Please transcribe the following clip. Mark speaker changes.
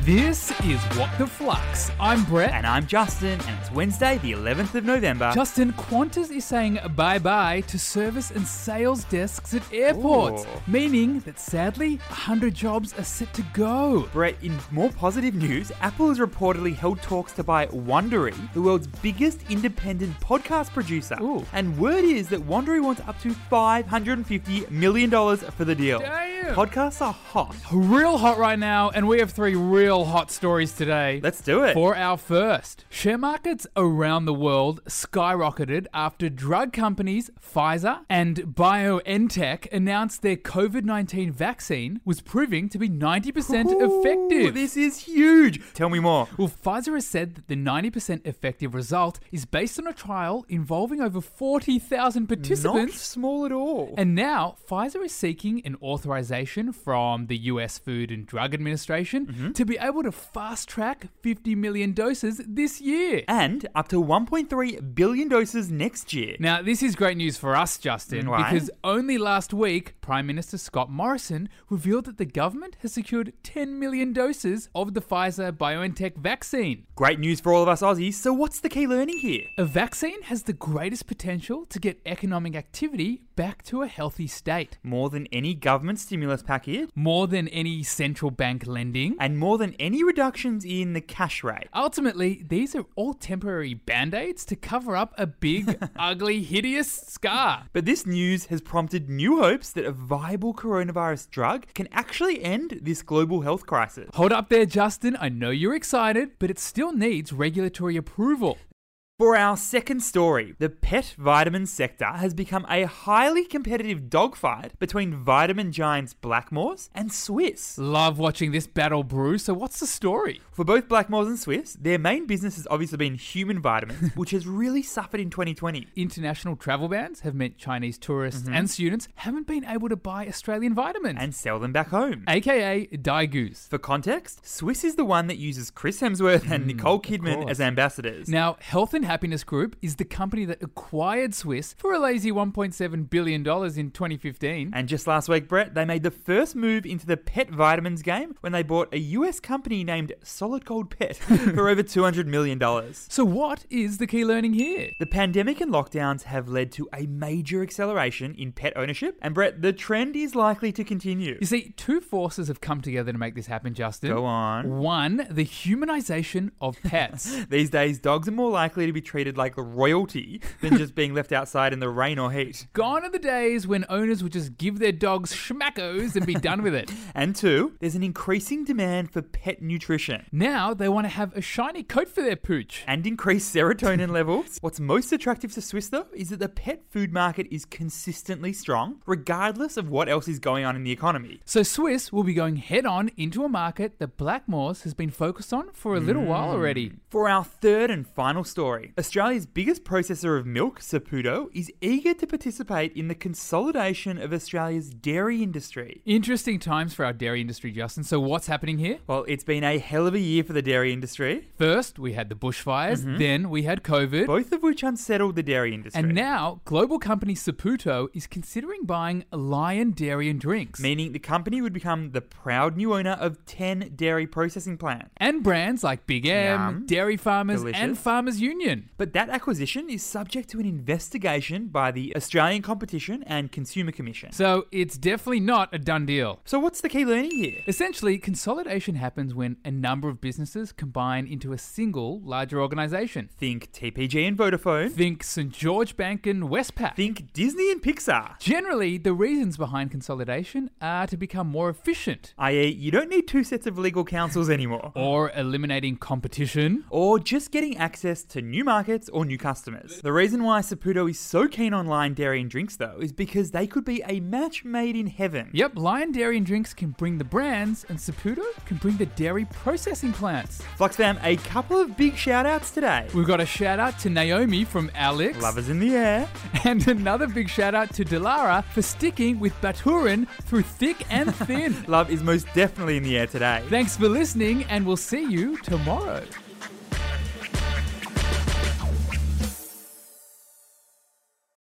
Speaker 1: This is What the Flux. I'm Brett.
Speaker 2: And I'm Justin, and it's Wednesday, the 11th of November.
Speaker 1: Justin, Qantas is saying bye bye to service and sales desks at airports,
Speaker 2: Ooh.
Speaker 1: meaning that sadly, 100 jobs are set to go.
Speaker 2: Brett, in more positive news, Apple has reportedly held talks to buy Wondery, the world's biggest independent podcast producer.
Speaker 1: Ooh.
Speaker 2: And word is that Wondery wants up to $550 million for the deal.
Speaker 1: Damn.
Speaker 2: Podcasts are hot.
Speaker 1: Real hot right now, and we have three real hot stories today.
Speaker 2: Let's do it.
Speaker 1: For our first, share markets around the world skyrocketed after drug companies Pfizer and BioNTech announced their COVID 19 vaccine was proving to be 90%
Speaker 2: Ooh,
Speaker 1: effective.
Speaker 2: This is huge. Tell me more.
Speaker 1: Well, Pfizer has said that the 90% effective result is based on a trial involving over 40,000
Speaker 2: Not
Speaker 1: participants.
Speaker 2: small at all.
Speaker 1: And now, Pfizer is seeking an authorization from the US Food and Drug Administration to be able to fast track 50 million doses this year.
Speaker 2: And up to 1.3 billion doses next year.
Speaker 1: Now, this is great news for us, Justin,
Speaker 2: Right.
Speaker 1: because only last week, Prime Minister Scott Morrison revealed that the government has secured 10 million doses of the Pfizer BioNTech vaccine.
Speaker 2: Great news for all of us Aussies. So, what's the key learning here?
Speaker 1: A vaccine has the greatest potential to get economic activity back to a healthy state.
Speaker 2: More than any government stimulus package,
Speaker 1: More than any central bank lending.
Speaker 2: and more than any reductions in the cash rate.
Speaker 1: Ultimately, these are all temporary band aids to cover up a big, ugly, hideous scar.
Speaker 2: But this news has prompted new hopes that a viable coronavirus drug can actually end this global health crisis.
Speaker 1: Hold up there, Justin. I know you're excited, but it still needs regulatory approval.
Speaker 2: For our second story, the pet vitamin sector has become a highly competitive dogfight between vitamin giants Blackmores and Swiss.
Speaker 1: Love watching this battle brew, so what's the story?
Speaker 2: For both Blackmores and Swiss, their main business has obviously been human vitamins, which has really suffered in 2020.
Speaker 1: International travel bans have meant Chinese tourists and students haven't been able to buy Australian vitamins,
Speaker 2: And sell them back home.
Speaker 1: aka Daigus.
Speaker 2: For context, Swiss is the one that uses Chris Hemsworth and Nicole Kidman
Speaker 1: Hmm, course.
Speaker 2: as ambassadors.
Speaker 1: Now, Health and Happiness Group is the company that acquired Swiss for a lazy $1.7 billion in 2015.
Speaker 2: and just last week, Brett, they made the first move into the pet vitamins game when they bought a US company named Solid Gold Pet for over $200 million. The
Speaker 1: So, what is the key learning here?
Speaker 2: pandemic and lockdowns have led to a major acceleration in pet ownership, and Brett, the trend is likely to continue.
Speaker 1: You see, two forces have come together to make this happen, Justin.
Speaker 2: Go on.
Speaker 1: One, the humanization of pets.
Speaker 2: These days, dogs are more likely to be treated like royalty than just being left outside in the rain or heat.
Speaker 1: Gone are the days when owners would just give their dogs schmackos and be done with it.
Speaker 2: And two, there's an increasing demand for pet nutrition.
Speaker 1: Now they want to have a shiny coat for their pooch.
Speaker 2: and increase serotonin levels. What's most attractive to Swiss, though, is that the pet food market is consistently strong, regardless of what else is going on in the economy.
Speaker 1: So Swiss will be going head on into a market that Blackmores has been focused on for a little while
Speaker 2: Mm.
Speaker 1: already.
Speaker 2: For our third and final story, Australia's biggest processor of milk, Saputo, is eager to participate in the consolidation of Australia's dairy industry.
Speaker 1: Interesting times for our dairy industry, Justin. So what's happening here?
Speaker 2: Well, it's been a hell of a year for the dairy industry,
Speaker 1: First, we had the bushfires, then we had COVID.
Speaker 2: Mm-hmm. both of which unsettled the dairy industry.
Speaker 1: And now, global company Saputo is considering buying Lion Dairy and Drinks
Speaker 2: Meaning the company would become the proud new owner of 10 dairy processing plants.
Speaker 1: and brands like Big M,
Speaker 2: Yum.
Speaker 1: Dairy Farmers, and
Speaker 2: Delicious.
Speaker 1: Farmers Union.
Speaker 2: But that acquisition is subject to an investigation by the Australian Competition and Consumer Commission.
Speaker 1: So it's definitely not a done deal.
Speaker 2: So, what's the key learning here?
Speaker 1: Essentially, consolidation happens when a number of businesses combine into a single larger organization.
Speaker 2: Think TPG and Vodafone.
Speaker 1: Think St. George Bank and Westpac.
Speaker 2: Think Disney and Pixar.
Speaker 1: Generally, the reasons behind consolidation are to become more efficient,
Speaker 2: I.e., E you don't need two sets of legal counsels anymore.
Speaker 1: or eliminating competition,
Speaker 2: Or just getting access to new markets or new customers. The reason why Saputo is so keen on Lion Dairy and Drinks, though, is because they could be a match made in heaven.
Speaker 1: Yep, Lion Dairy and Drinks can bring the brands, and Saputo can bring the dairy processing plants.
Speaker 2: Flux fam, a couple of big shout outs today.
Speaker 1: We've got a shout out to Naomi from Alex,
Speaker 2: Lovers in the air.
Speaker 1: and another big shout out to Delara for sticking with Baturin through thick and thin.
Speaker 2: Love is most definitely in the air today.
Speaker 1: Thanks for listening, and we'll see you tomorrow.